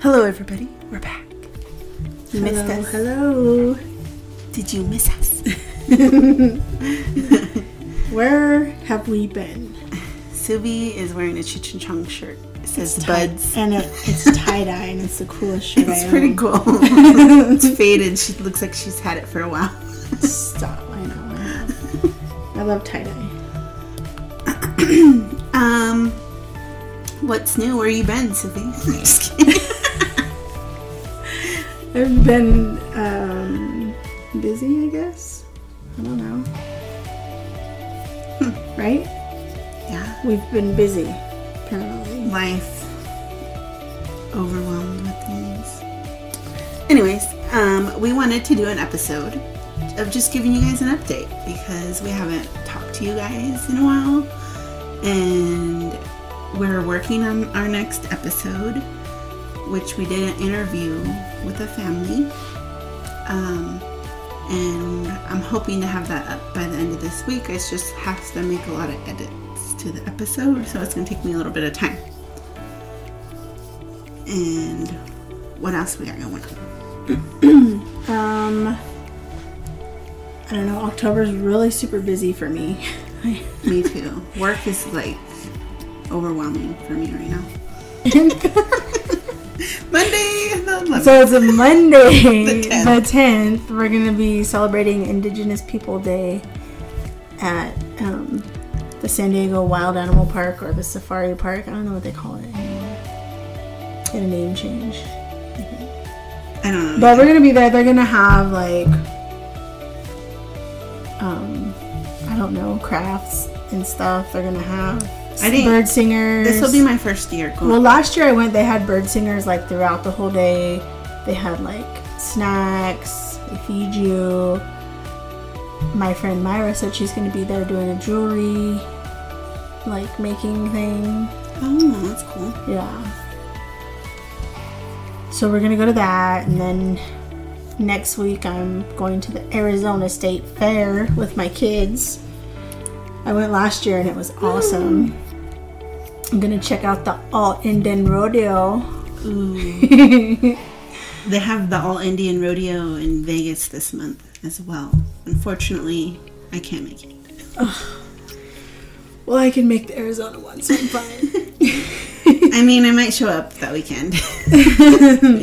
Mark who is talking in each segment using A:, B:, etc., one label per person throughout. A: Hello, everybody. We're back. You missed
B: Hello,
A: us.
B: hello.
A: Did you miss us?
B: Where have we been?
A: Subi is wearing a Cheech and Chong shirt. It says
B: Tie-
A: buds.
B: And it, it's tie dye, and it's the coolest shirt I
A: It's
B: own.
A: pretty cool. it's faded. She looks like she's had it for a while.
B: Stop. I know. I know. I love tie dye.
A: Um, what's new? Where you been, Subi? Just kidding.
B: I've been um, busy, I guess. I don't know. Right?
A: yeah.
B: We've been busy, apparently.
A: Life overwhelmed with things. Anyways, um, we wanted to do an episode of just giving you guys an update because we haven't talked to you guys in a while, and we're working on our next episode, which we did an interview with a family. Um, and I'm hoping to have that up by the end of this week. I just have to make a lot of edits to the episode, so it's gonna take me a little bit of time. And what else we are going on?
B: Um, I don't know. October's really super busy for me.
A: Me too. Work is like overwhelming for me right now. Monday, the 11th.
B: So it's a Monday,
A: The
B: the
A: 10th.
B: 10th. We're going to be celebrating Indigenous People Day at um, the San Diego Wild Animal Park or the Safari Park. I don't know what they call it anymore. Get a name change.
A: I don't know.
B: But we're going to be there. They're going to have like, um, I don't know, crafts and stuff. They're going to have
A: I think
B: bird singers.
A: This will be my first year going.
B: Well, last year I went, they had bird singers like throughout the whole day. They had like snacks, they feed you. My friend Myra said she's going to be there doing a jewelry, like making thing.
A: oh, that's cool.
B: Yeah. So we're going to go to that. And then next week I'm going to the Arizona State Fair with my kids. I went last year and it was awesome. I'm going to check out the All Indian Rodeo.
A: Ooh. they have the All Indian Rodeo in Vegas this month as well. Unfortunately, I can't make it.
B: Well, I can make the Arizona one, so I'm fine.
A: I mean, I might show up that weekend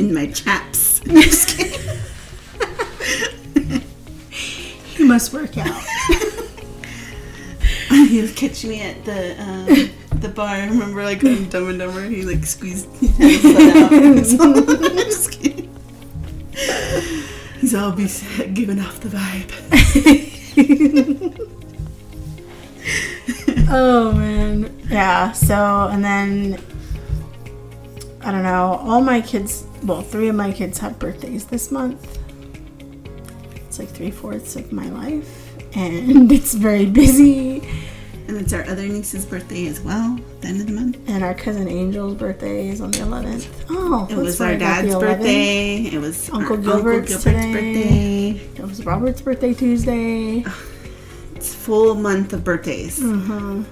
A: in my chaps. I'm just kidding.
B: it must work out.
A: He'll catch me at the um, the bar. Remember, like on Dumb and Dumber, he like squeezed his head out. I'm just kidding. He's all be sad, giving off the vibe.
B: Oh man. Yeah, so and then I don't know, all my kids well, three of my kids have birthdays this month. It's like three fourths of my life and it's very busy.
A: And it's our other niece's birthday as well. At the end of the month.
B: And our cousin Angel's birthday is on the eleventh. Oh
A: It
B: that's
A: was
B: right,
A: our
B: about the
A: dad's
B: 11th.
A: birthday. It was
B: Uncle
A: our
B: Gilbert's today.
A: birthday.
B: It was Robert's birthday Tuesday.
A: It's full month of birthdays.
B: Uh-huh.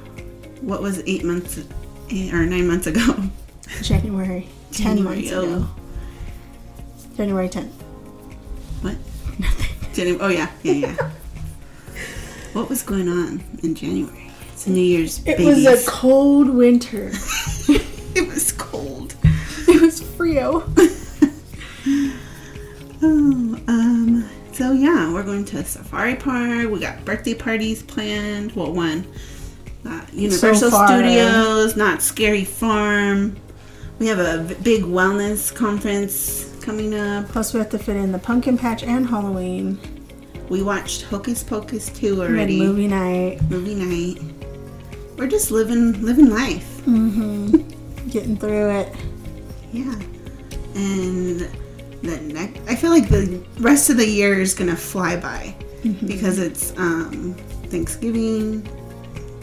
A: What was it, eight months eh, or nine months ago?
B: January. Ten months
A: January, oh.
B: ago. January tenth.
A: What?
B: Nothing.
A: January. Oh yeah, yeah, yeah. what was going on in January? It's New Year's.
B: It
A: babies.
B: was a cold winter.
A: it was cold.
B: it was Frio.
A: Oh, um. So yeah, we're going to a safari park. We got birthday parties planned. Well, one. Uh, Universal
B: far.
A: Studios, not Scary Farm. We have a v- big wellness conference coming up.
B: Plus, we have to fit in the pumpkin patch and Halloween.
A: We watched Hocus Pocus 2
B: We had
A: already.
B: movie night,
A: movie night. We're just living living life.
B: getting through it.
A: Yeah. And the next, I feel like the rest of the year is gonna fly by
B: Mm-hmm.
A: because it's um, Thanksgiving,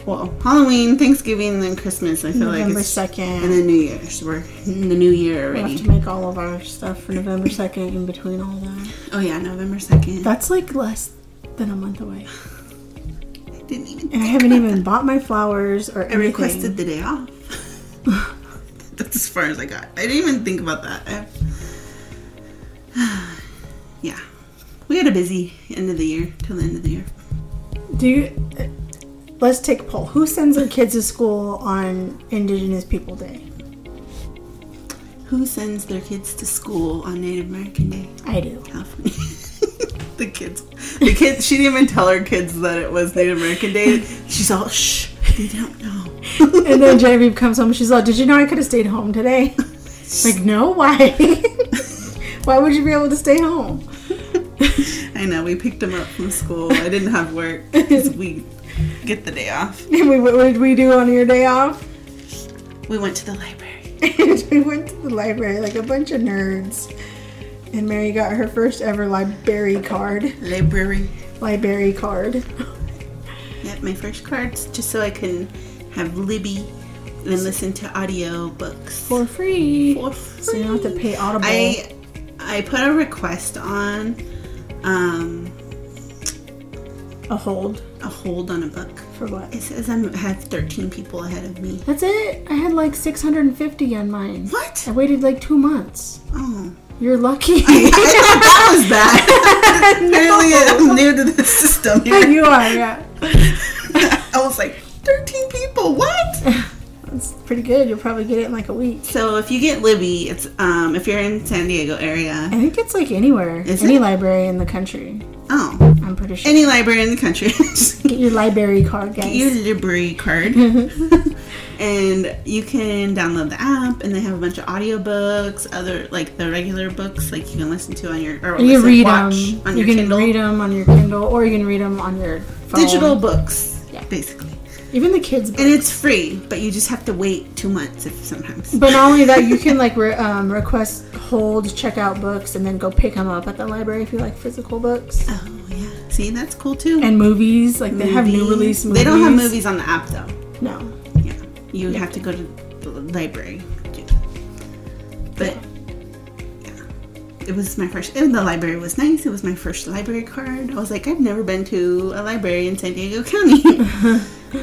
A: well Halloween, Thanksgiving, then Christmas. I feel
B: November
A: like it's and
B: 2nd.
A: then New Year's. We're in the New Year
B: We have
A: already.
B: to make all of our stuff for November 2nd in between all that.
A: Oh yeah, November second.
B: That's like less than a month away.
A: I didn't even.
B: And I
A: think
B: haven't
A: about
B: even bought my flowers or
A: that. I
B: anything.
A: requested the day off. That's as far as I got. I didn't even think about that. I, yeah, we had a busy end of the year till the end of the year.
B: Do you? uh, Let's take a poll. Who sends their kids to school on Indigenous People Day?
A: Who sends their kids to school on Native American Day?
B: I do.
A: California. the kids. The kids. She didn't even tell her kids that it was Native American Day. She's all shh. They don't know.
B: And then Genevieve comes home. She's like, "Did you know I could have stayed home today?" like, no, why? why would you be able to stay home?
A: I know. We picked them up from school. I didn't have work. 'cause we get the day off.
B: And we, what did we do on your day off?
A: We went to the library.
B: we went to the library like a bunch of nerds. And Mary got her first ever library card.
A: Library.
B: Library card.
A: Yep, my first cards, just so I can have Libby and listen to audio books.
B: For free.
A: For
B: So you don't have to pay Audible.
A: I I put a request on um,
B: a hold.
A: a hold on a book.
B: For what?
A: It says I have 13 people ahead of me.
B: That's it. I had like 650 on mine.
A: What?
B: I waited like two months.
A: Oh,
B: You're lucky.
A: that was bad. Apparently, I'm new to this system here.
B: you are, yeah.
A: I was like, 13 people. What?
B: That's pretty good. You'll probably get it in like a week.
A: So if you get Libby, it's um if you're in San Diego area.
B: I think it's like anywhere.
A: Is
B: any
A: it?
B: library in the country.
A: Oh,
B: I'm pretty sure.
A: any library in the country.
B: get your library card, guys.
A: your library card
B: Mm-hmm.
A: and you can download the app and they have a bunch of audiobooks other like the regular books like you can listen to on your or
B: you
A: listen,
B: read them.
A: watch on
B: you
A: your
B: can
A: kindle
B: read them on your Kindle, or you can read them on your phone.
A: digital books
B: Yeah.
A: basically
B: Even the kids.
A: and it's free but you just have to wait two months if sometimes
B: But not only that, you can like re- um, request, hold, check out books, and then go pick them up at the library if you like physical books
A: oh yeah see that's cool too
B: and movies. Like they have new release movies.
A: they don't have movies on the app though
B: No.
A: yeah you have to go to the library to do that. but it was my first and the library was nice it was my first library card i was like i've never been to a library in san diego county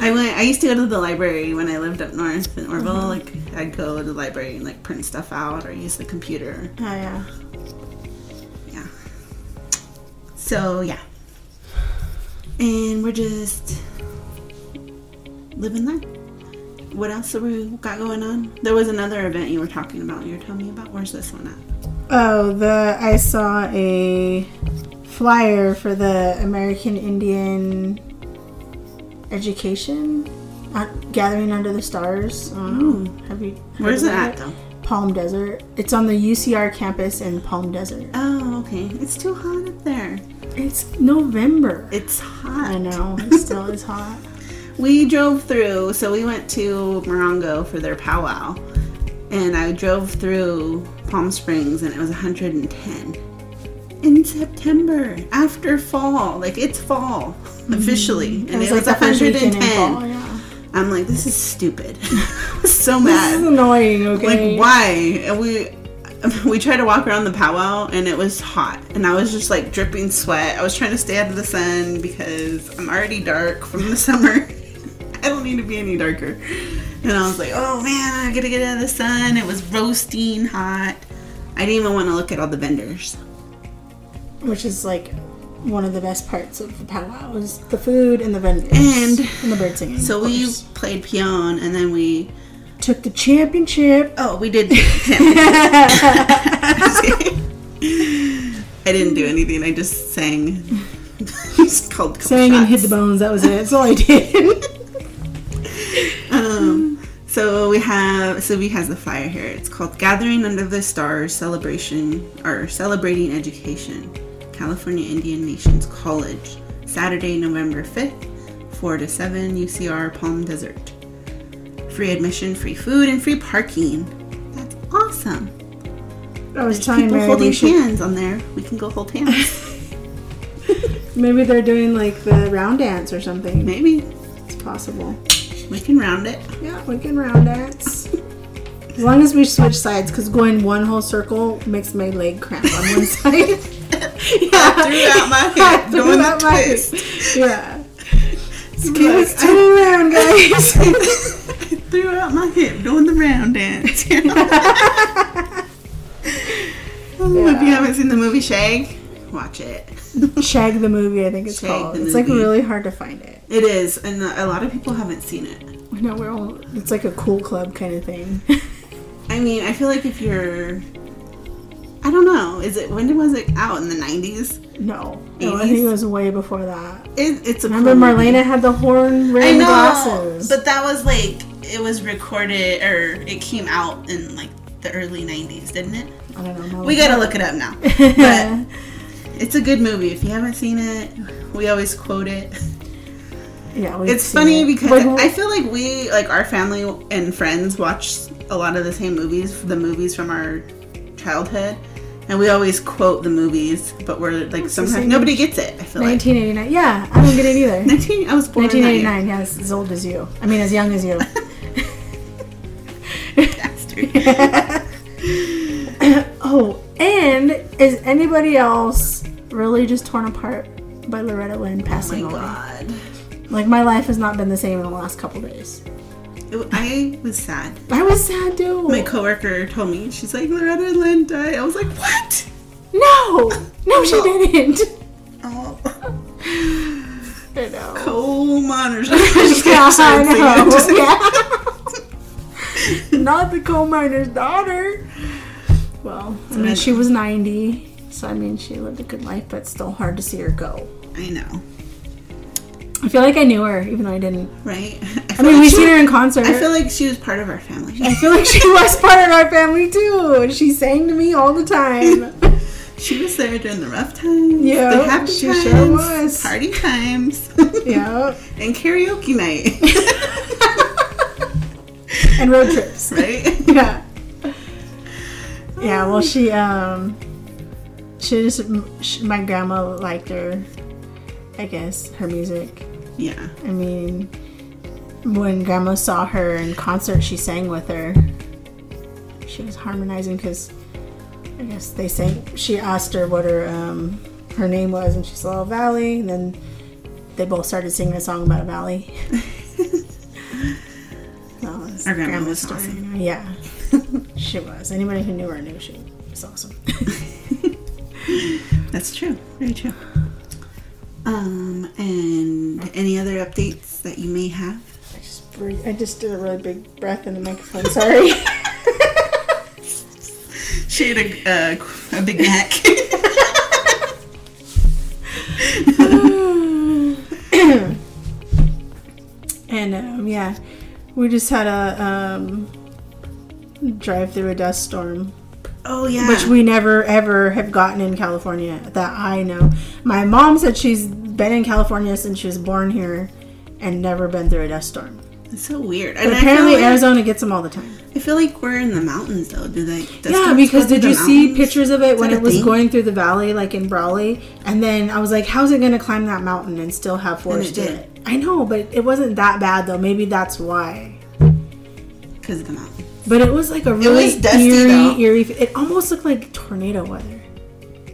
A: i went i used to go to the library when i lived up north in orville like i'd go to the library and like print stuff out or use the computer
B: Oh yeah.
A: yeah so yeah and we're just living life what else have we got going on there was another event you were talking about you were telling me about where's this one at
B: Oh, the I saw a flyer for the American Indian Education uh, Gathering Under the Stars. I don't know. Have you? heard
A: Hmm. Where's it
B: about
A: at, though?
B: Palm Desert. It's on the UCR campus in Palm Desert.
A: Oh, okay. It's too hot up there.
B: It's November.
A: It's hot.
B: I know. It still is hot.
A: We drove through, so we went to Morongo for their powwow, and I drove through Palm Springs, and it was 110 in September after fall. Like it's fall
B: Mm-hmm.
A: officially, and it was,
B: the first weekend
A: 110.
B: in fall, yeah.
A: I'm like, this is stupid. I was so
B: This
A: mad.
B: is annoying.
A: Like
B: Okay.
A: why? And we. We tried to walk around the powwow and it was hot, and I was just like dripping sweat. I was trying to stay out of the sun because I'm already dark from the summer. I don't need to be any darker. And I was like, oh man, I gotta get out of the sun. It was roasting hot. I didn't even want to look at all the vendors.
B: Which is like one of the best parts of the powwow is the food and the vendors
A: And-
B: the bird singing.
A: So
B: of
A: we
B: course.
A: played peon, and then we
B: took the championship.
A: oh we did. I didn't do anything. I just sang. just called. a couple
B: Sang and
A: shots.
B: hit the bones. That was it. That's all I did.
A: Um, so we have Sylvie has the flyer here. It's called Gathering Under the Stars Celebration or Celebrating Education, California Indian Nations College, Saturday, November 5th, 4 to 7, UCR Palm Desert. Free admission, free food, and free parking. That's awesome.
B: I was telling
A: People
B: Mary we
A: holding
B: should,
A: hands on there. We can go hold hands.
B: maybe they're doing like the round dance or something.
A: Maybe
B: It's possible.
A: we can round it.
B: Yeah, we can round dance. As long as we switch sides, because going one whole circle makes my leg cramp on one side.
A: I threw out my
B: I
A: hand,
B: threw
A: doing
B: out
A: the
B: my-
A: twist.
B: Yeah. Okay,
A: like,
B: let's turn it around, guys.
A: I threw out my hip doing the round dance. Oh, If you haven't seen the movie Shag Watch it.
B: Shag the movie, I think it's
A: Shag
B: called.
A: the
B: It's like
A: Movie.
B: really hard to find it.
A: It is, and a lot of people haven't seen it.
B: I know we're all. It's like a cool club kind of thing.
A: I mean, I feel like if you're, I don't know, is it when was it out in the nineties?
B: no, no, I think it
A: 80s?
B: was way before that.
A: It, it's a
B: Remember,
A: cool movie.
B: Marlena had the horn
A: Um, I
B: rimmed
A: know,
B: glasses.
A: but that was like it was recorded or it came out in like the early nineties, didn't it?
B: I don't know.
A: We gotta look it up now. But it's a good movie. If you haven't seen it, we always quote it.
B: yeah, we've
A: It's
B: seen
A: funny
B: it.
A: because
B: Like,
A: I feel like we, like our family and friends, watch a lot of the same movies, the movies from our childhood, and we always quote the movies, but we're like
B: the
A: sometimes
B: same
A: nobody gets it. I feel like
B: 1989. Yeah, I don't get it either.
A: 19. I was born in
B: 1989. Yeah, it's as old as you. I mean, as young as you.
A: 1989. Bastard.
B: oh, and is anybody else really just torn apart by Loretta Lynn passing
A: oh my
B: away?
A: god.
B: Like my life has not been the same in the last couple days.
A: It- I was sad.
B: I was sad too.
A: My coworker told me she's like Loretta Lynn died. I was like, what?
B: no, no, she
A: No.
B: didn't.
A: Oh,
B: I know.
A: coal miners.
B: Yeah, I know.
A: Just-
B: Yeah. Not the coal miner's daughter. Well, I mean, she was 90, so I mean, she lived a good life, but still hard to see her go.
A: I know,
B: I feel like I knew her, even though I didn't.
A: right?
B: I
A: feel
B: mean,
A: like
B: we
A: she-
B: seen her in concert.
A: I feel like she was part of our family.
B: I feel like she was part of our family too. and She sang to me all the time.
A: She was there during the rough times,
B: Yeah,
A: the happy
B: she
A: times,
B: sure was.
A: party times,
B: yeah.
A: and karaoke night,
B: And road trips.
A: right?
B: yeah. Yeah, well, she um, she just she, my grandma liked her, I guess her music.
A: Yeah,
B: I mean, when grandma saw her in concert, she sang with her. She was harmonizing because I guess they sang. She asked her what her um, her name was, and she said "Oh, Valley, and then they both started singing a song about a valley. that was
A: Our grandma
B: grandma's
A: was
B: story.
A: awesome.
B: Yeah, she was. Anybody who knew her knew she was awesome.
A: that's true. Very true. Um, and any other updates that you may have?
B: I just breathe, I just did a really big breath in the microphone. Sorry.
A: She had a, uh, a Big Mac.
B: and um, yeah, we just had a um, drive through a dust storm,
A: oh yeah,
B: which we never ever have gotten in California that I know. My mom said she's been in California since she was born here and never been through a dust storm.
A: it's so weird.
B: But
A: And I feel
B: apparently,
A: like-
B: Arizona gets them all the time.
A: I feel like we're in the mountains though. Do they? does
B: Yeah,
A: Cubs
B: because
A: go through
B: did
A: the
B: you see
A: mountains?
B: pictures of it when
A: that a
B: it was
A: thing?
B: going through the valley, like in Brawley? And then I was like, how's it going to climb that mountain and still have forest in
A: did.
B: it? I know, but it wasn't that bad though. Maybe that's why.
A: Because of the mountain.
B: But it was like a really
A: was dusty,
B: eerie,
A: though.
B: eerie. It almost looked like tornado weather.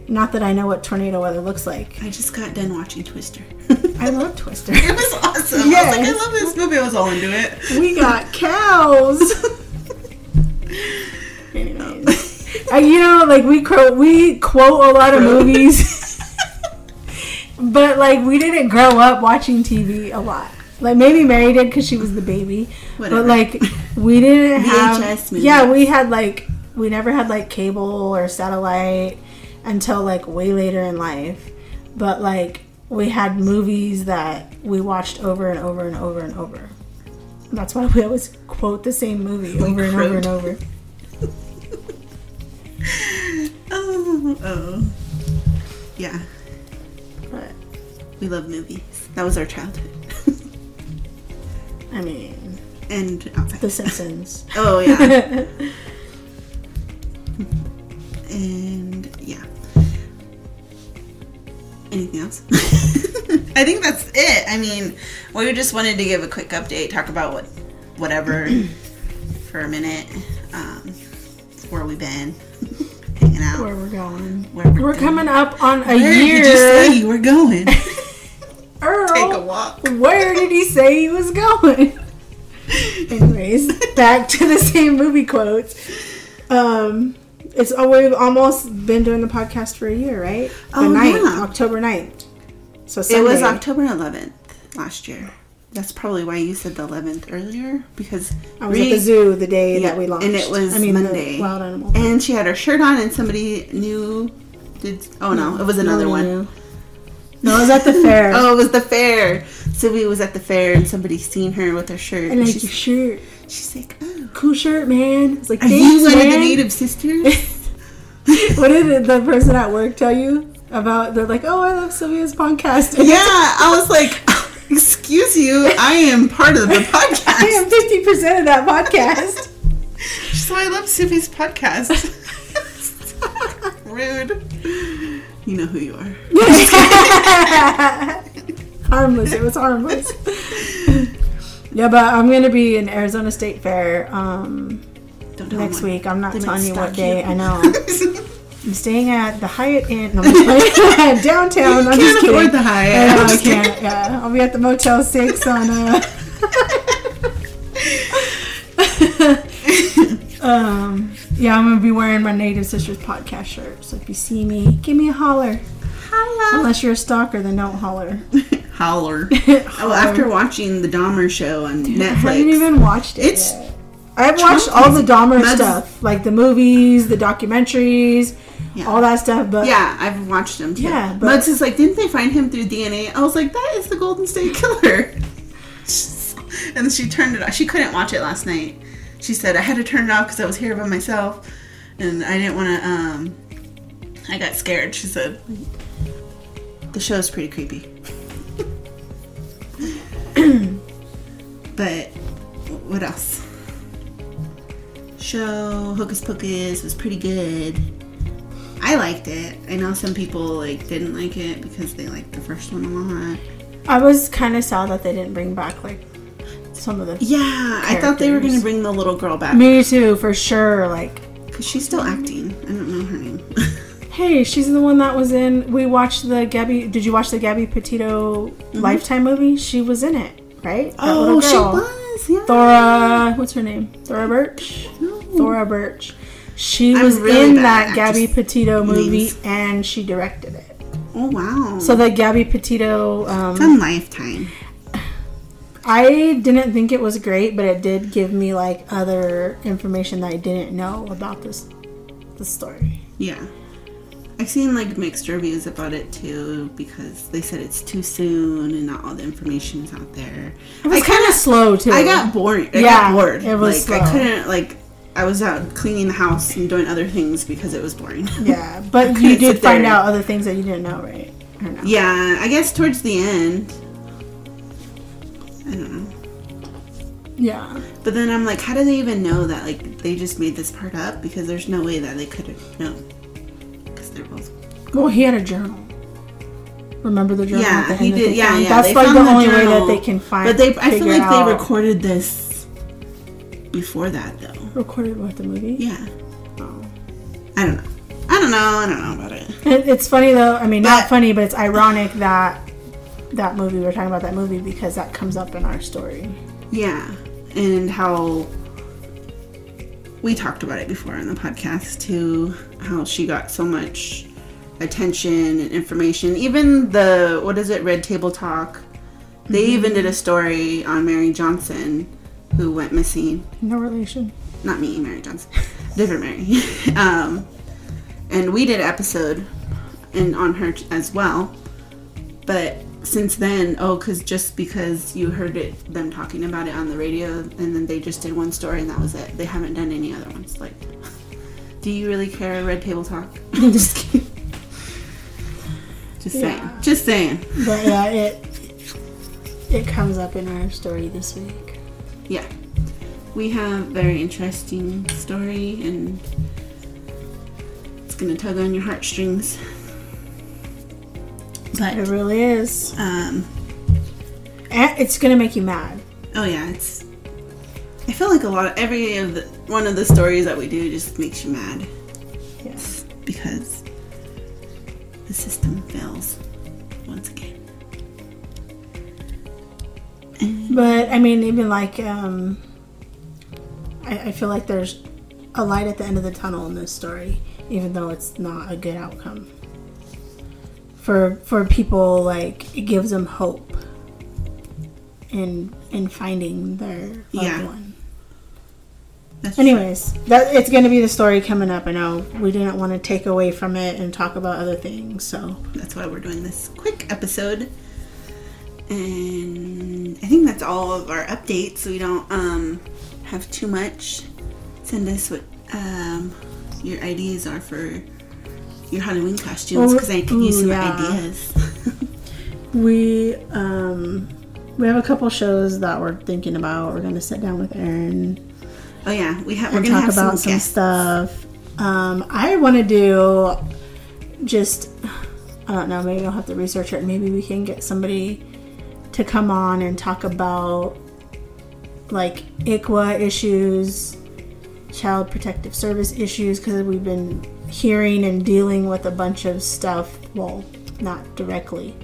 B: Not that I know what tornado weather looks like.
A: I just got done watching Twister.
B: I love Twister.
A: It was awesome.
B: Yes.
A: I was like, I love this movie. I was all into it.
B: we got cows. Anyways, Uh, you know, like we quote we quote a lot of movies, but like we didn't grow up watching TV a lot. Like maybe Mary did because she was the baby,
A: Whatever.
B: but like we didn't have
A: VHS
B: yeah
A: movies.
B: we had like we never had like cable or satellite until like way later in life, but like we had movies that we watched over and over and over and over. That's why we always quote the same movie over and over and over.
A: Oh, oh. Yeah,
B: But
A: we love movies. That was our childhood.
B: I mean,
A: and outside.
B: The Simpsons.
A: oh, yeah.
B: yeah,
A: and yeah. Anything else? I think that's it. I mean, we just wanted to give a quick update, talk about what, whatever for a minute, um, where we've been, hanging out,
B: where we're going.
A: where
B: We're
A: doing.
B: coming up on a
A: Where
B: year.
A: did you say you were going?
B: Earl,
A: Take a walk.
B: where did he say he was going? Anyways, back to the same movie quotes. Um, It's oh, we've almost been doing the podcast for a year, right? The
A: Oh,
B: ninth,
A: yeah.
B: October 9th. So
A: It
B: Sunday.
A: was October 11th last year. That's probably why you said the 11th earlier because
B: I was
A: Ree-
B: at the zoo the day
A: yeah,
B: that we launched,
A: and it was
B: I mean, the
A: Monday.
B: wild animal.
A: And she had her shirt on, and somebody knew. Did oh no, it was another
B: No,
A: one.
B: No, No, it was at the fair.
A: Oh, it was the fair. So we was at the fair, and somebody seen her with her shirt,
B: And
A: and
B: like your
A: she's,
B: shirt,
A: she's like, "Oh,
B: cool shirt, man. It's like
A: are
B: thanks,
A: you one of the
B: man."
A: Native Sisters?"
B: what did the person at work tell you about? They're like, oh, I love Sylvia's podcast.
A: yeah, I was like, "Excuse you, I am part of the
B: I am
A: podcast."
B: fifty percent of that podcast.
A: so I love Sylvia's podcast. Rude. You know who you are.
B: harmless. It was harmless. yeah, but I'm gonna be in Arizona State Fair um,
A: Don't tell
B: next
A: anyone.
B: week. I'm not
A: They might
B: telling you what
A: stalk
B: day.
A: you.
B: I know. Oh, I'm staying at the Hyatt Inn no, I'm just kidding. downtown.
A: You
B: I'm just
A: can't
B: kidding.
A: afford the high.
B: I know,
A: I'm
B: I
A: just kidding.
B: can't. Yeah, I'll be at the Motel Six on. Uh, um, yeah, I'm gonna be wearing my Native Sisters podcast shirt. So if you see me, give me a holler.
A: Hello.
B: Unless you're a stalker, then don't holler.
A: Howler. Oh,
B: Holler.
A: after watching the Dahmer show on
B: I haven't
A: Netflix,
B: even watched it.
A: It's-
B: yet. I've watched all the Dahmer
A: That's-
B: stuff, like the movies, the documentaries,
A: Yeah.
B: all that stuff. But
A: Yeah, I've watched him too.
B: Yeah, but-
A: Mugs is like, didn't they find him through DNA? I was like, that is the Golden State Killer. and she turned it off. She couldn't watch it last night. She said I had to turn it off because I was here by myself, and I didn't want to. Um, I got scared. She said the show's pretty creepy. but what else? Show Hocus Pocus was pretty good. I liked it. I know some people like didn't like it because they liked the first one a lot.
B: I was kind of sad that they didn't bring back like some of the.
A: Yeah, I thought they were
B: Characters.
A: gonna bring the little girl back
B: Me too, for sure. Like,
A: because she's still acting. I don't know her name.
B: hey, she's the one that was in. We watched the Gabby. Did you watch the Gabby Petito Lifetime movie? She was in it, right? That
A: Mm-hmm. Oh,
B: little
A: she
B: girl.
A: was. Yeah.
B: Thora, what's her name? Thora Birch.
A: No.
B: Thora Birch. She
A: Mm-hmm. I'm
B: was
A: really
B: in
A: bad
B: that
A: at
B: Gabby
A: actress
B: Petito movie
A: names.
B: and she directed it.
A: Oh wow.
B: So the Gabby Petito, um,
A: on Lifetime.
B: I didn't think it was great, but it did give me like other information that I didn't know about this the story.
A: Yeah. I've seen like mixed reviews about it too because they said it's too soon and not all the information is out there.
B: It was
A: I
B: kind of slow too.
A: I got bored. I got
B: Yeah,
A: bored.
B: it was
A: like I
B: slow.
A: couldn't like I was out cleaning the house and doing other things because it was boring.
B: yeah, but
A: couldn't
B: you did
A: sit there.
B: find out other things that you didn't know, right? I don't know.
A: yeah, I guess towards the end. I don't know.
B: Yeah,
A: But then I'm like, how do they even know that like they just made this part up? Because there's no way that they could have known. Because they're both
B: Well, he had a journal. Remember the journal?
A: Yeah,
B: at the end
A: he
B: that they
A: did. Yeah,
B: found?
A: yeah.
B: That's
A: they
B: like
A: found
B: the only way
A: journal.
B: that they can find.
A: But they, I feel
B: figure
A: like
B: out-
A: they recorded this before that, though.
B: recorded what the movie.
A: Yeah,
B: Oh.
A: I don't know. I don't know. I don't know about it.
B: It- It's funny though. I mean, not
A: But-
B: funny, but it's ironic that that movie we're talking about that movie because that comes up in our story.
A: Yeah, and how we talked about it before on the podcast too. How she got so much attention and information. Even the what is it, Red Table Talk. They even did a story on Mary Johnson, who went missing.
B: No relation.
A: not me, Mary Johnson, different Mary. um, and we did an episode and on her t- as well. But since then, oh, because just because you heard it, them talking about it on the radio, and then they just did one story and that was it. They haven't done any other ones. Like, do you really care? Red Table Talk. I'm just kidding. Just saying. Just saying.
B: But yeah, it it comes up in our story this week.
A: Yeah. We have very interesting story and it's gonna tug on your heartstrings.
B: It
A: But
B: really is.
A: um
B: And it's gonna make you mad.
A: oh yeah, it's I feel like a lot of every of the, one of the stories that we do just makes you mad
B: Yes.
A: because the system fails once again.
B: But I mean, even like um, I, I feel like there's a light at the end of the tunnel in this story, even though it's not a good outcome. For for people like it gives them hope in in finding their loved
A: Yeah.
B: one.
A: That's true.
B: Anyways, that it's going to be the story coming up. I know we didn't want to take away from it and talk about other things, so
A: That's why we're doing this quick episode. And I think that's all of our updates. We don't um, have too much. Send us what um, your ideas are for your Halloween costumes
B: Oh,
A: because I could use
B: ooh,
A: some
B: yeah.
A: ideas.
B: We um we have a couple shows that we're thinking about. We're gonna sit down with Erin
A: oh yeah, we have. We're
B: and
A: gonna have
B: talk about
A: some
B: some,
A: guests.
B: stuff. Um, I want to do just I don't know. Maybe I'll have to research it. Maybe we can get somebody to come on and talk about like ICWA issues, child protective service issues, because we've been hearing and dealing with a bunch of stuff. Well, not directly,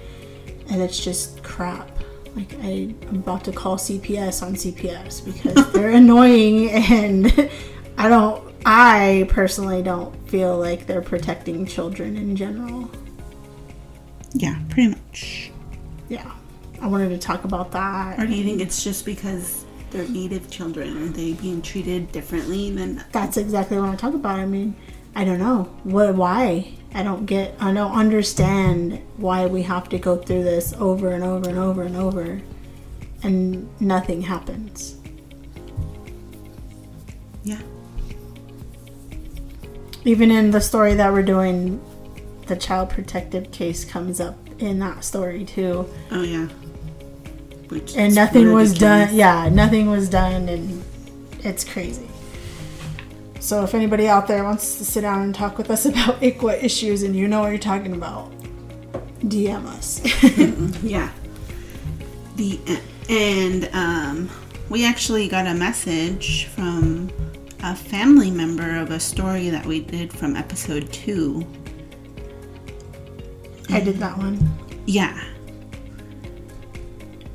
B: and it's just crap. Like I, I'm about to call CPS on CPS because they're annoying, and I don't. I personally don't feel like they're protecting children in general.
A: Yeah, pretty much.
B: Yeah, I wanted to talk about that.
A: Or do you think it's just because they're native children? Are they being treated differently than?
B: that's exactly what I talk about. I mean, I don't know what, why. I don't get. I don't understand why we have to go through this over and over and over and over, and nothing happens.
A: Yeah.
B: Even in the story that we're doing, the child protective case comes up in that story too,
A: Oh yeah. Which
B: and
A: is
B: nothing was
A: ridiculous.
B: done. Yeah, nothing was done, and it's crazy. So if anybody out there wants to sit down and talk with us about ICWA issues, and you know what you're talking about. DM us.
A: Yeah. The and um, we actually got a message from a family member of a story that we did from episode two.
B: I did that one.
A: Yeah.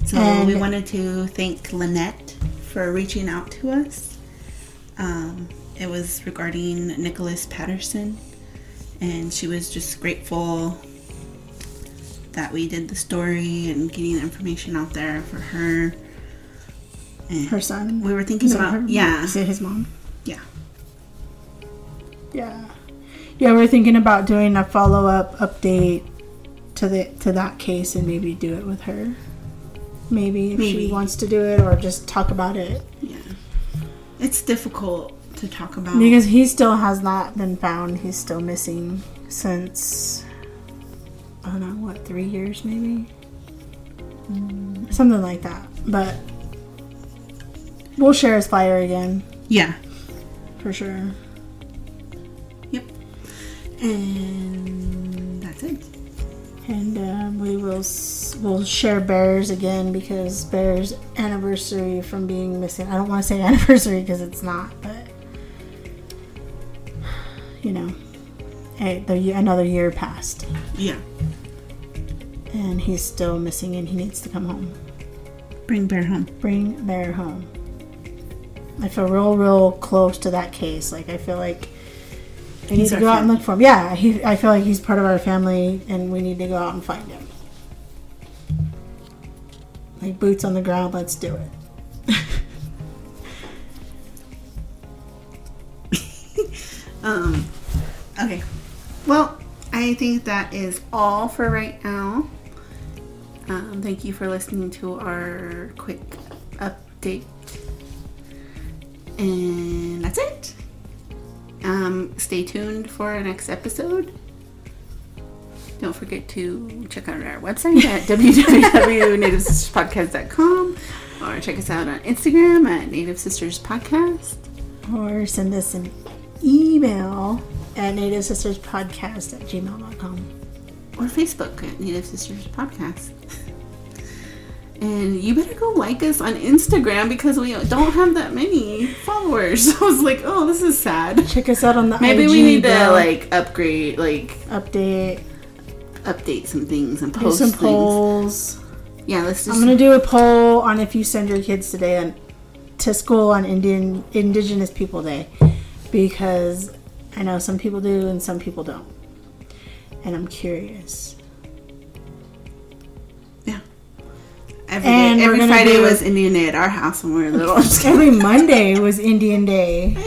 A: So we
B: And-
A: wanted to thank Lynette for reaching out to us. Um, it was regarding Nicholas Patterson, and she was just grateful that we did the story and getting the information out there for her. And
B: Her son.
A: We were thinking
B: Is it
A: about-
B: her-
A: yeah.
B: Is it his mom?
A: yeah,
B: Yeah. Yeah, we were thinking about doing a follow up update to the to that case and maybe do it with her. Maybe if
A: Maybe.
B: she wants to do it or just talk about it.
A: yeah. It's difficult to talk about.
B: Because he still has not been found. He's still missing since I don't know, what, three years maybe? Mm, Something like that. But we'll share his flyer again
A: yeah.
B: for sure.
A: Yep. And that's it.
B: And um, we will s- we'll share Bear's again because Bear's anniversary from being missing. I don't want to say anniversary because it's not, but you know, a, the, ye- another year passed
A: Yeah.
B: and he's still missing, and he needs to come home.
A: Bring Bear home.
B: Bring Bear home. I feel real, real close to that case. Like I feel like I need
A: He's
B: to
A: our
B: go out and
A: family.
B: look for him. Yeah, he, I feel like he's part of our family, and we need to go out and find him. Like boots on the ground, let's do it.
A: Um, okay. Well, I think that is all for right now. Um, thank you for listening to our quick update. And that's it. Um, stay tuned for our next episode. Don't forget to check out our website at www.nativesisterspodcast.com or check us out on Instagram at Native Sisters Podcast.
B: Or send us an email at native sisters podcast at gmail.com.
A: or Facebook uh, at Native Sisters Podcast. And you better go like us on Instagram because we don't have that many followers. I was like, oh, this is sad.
B: Check us out on the
A: Maybe
B: IG,
A: we need to
B: bro.
A: like upgrade, like
B: update,
A: update some things and
B: do
A: post
B: some
A: things.
B: polls.
A: Yeah, let's just
B: I'm gonna do a poll on if you send your kids today on, to school on Indian Indigenous People Day, because I know some people do and some people don't. And I'm curious.
A: Yeah. Every, day-
B: And we're
A: every
B: gonna
A: Friday
B: do-
A: was Indian Day at our house when we were little. I'm just kidding.
B: Every Monday was Indian Day.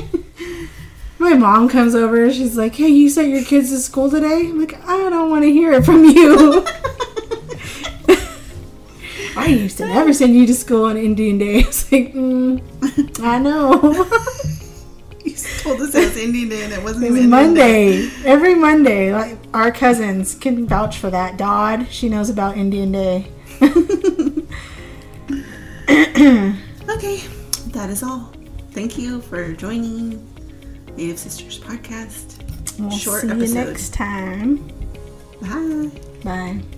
B: My mom comes over. She's like, "Hey, you sent your kids to school today?" I'm like, "I don't want to hear it from you." I used to never send you to school on Indian Day. It's like, mm, I know.
A: you told us it was Indian Day and it wasn't
B: It's
A: even Indian Day.
B: Monday. Every Monday, like our cousins can vouch for that. Dodd, she knows about Indian Day.
A: Okay, that is all. Thank you for joining Native Sisters Podcast.
B: We'll
A: Short
B: see
A: episode.
B: you next time.
A: Bye.
B: Bye.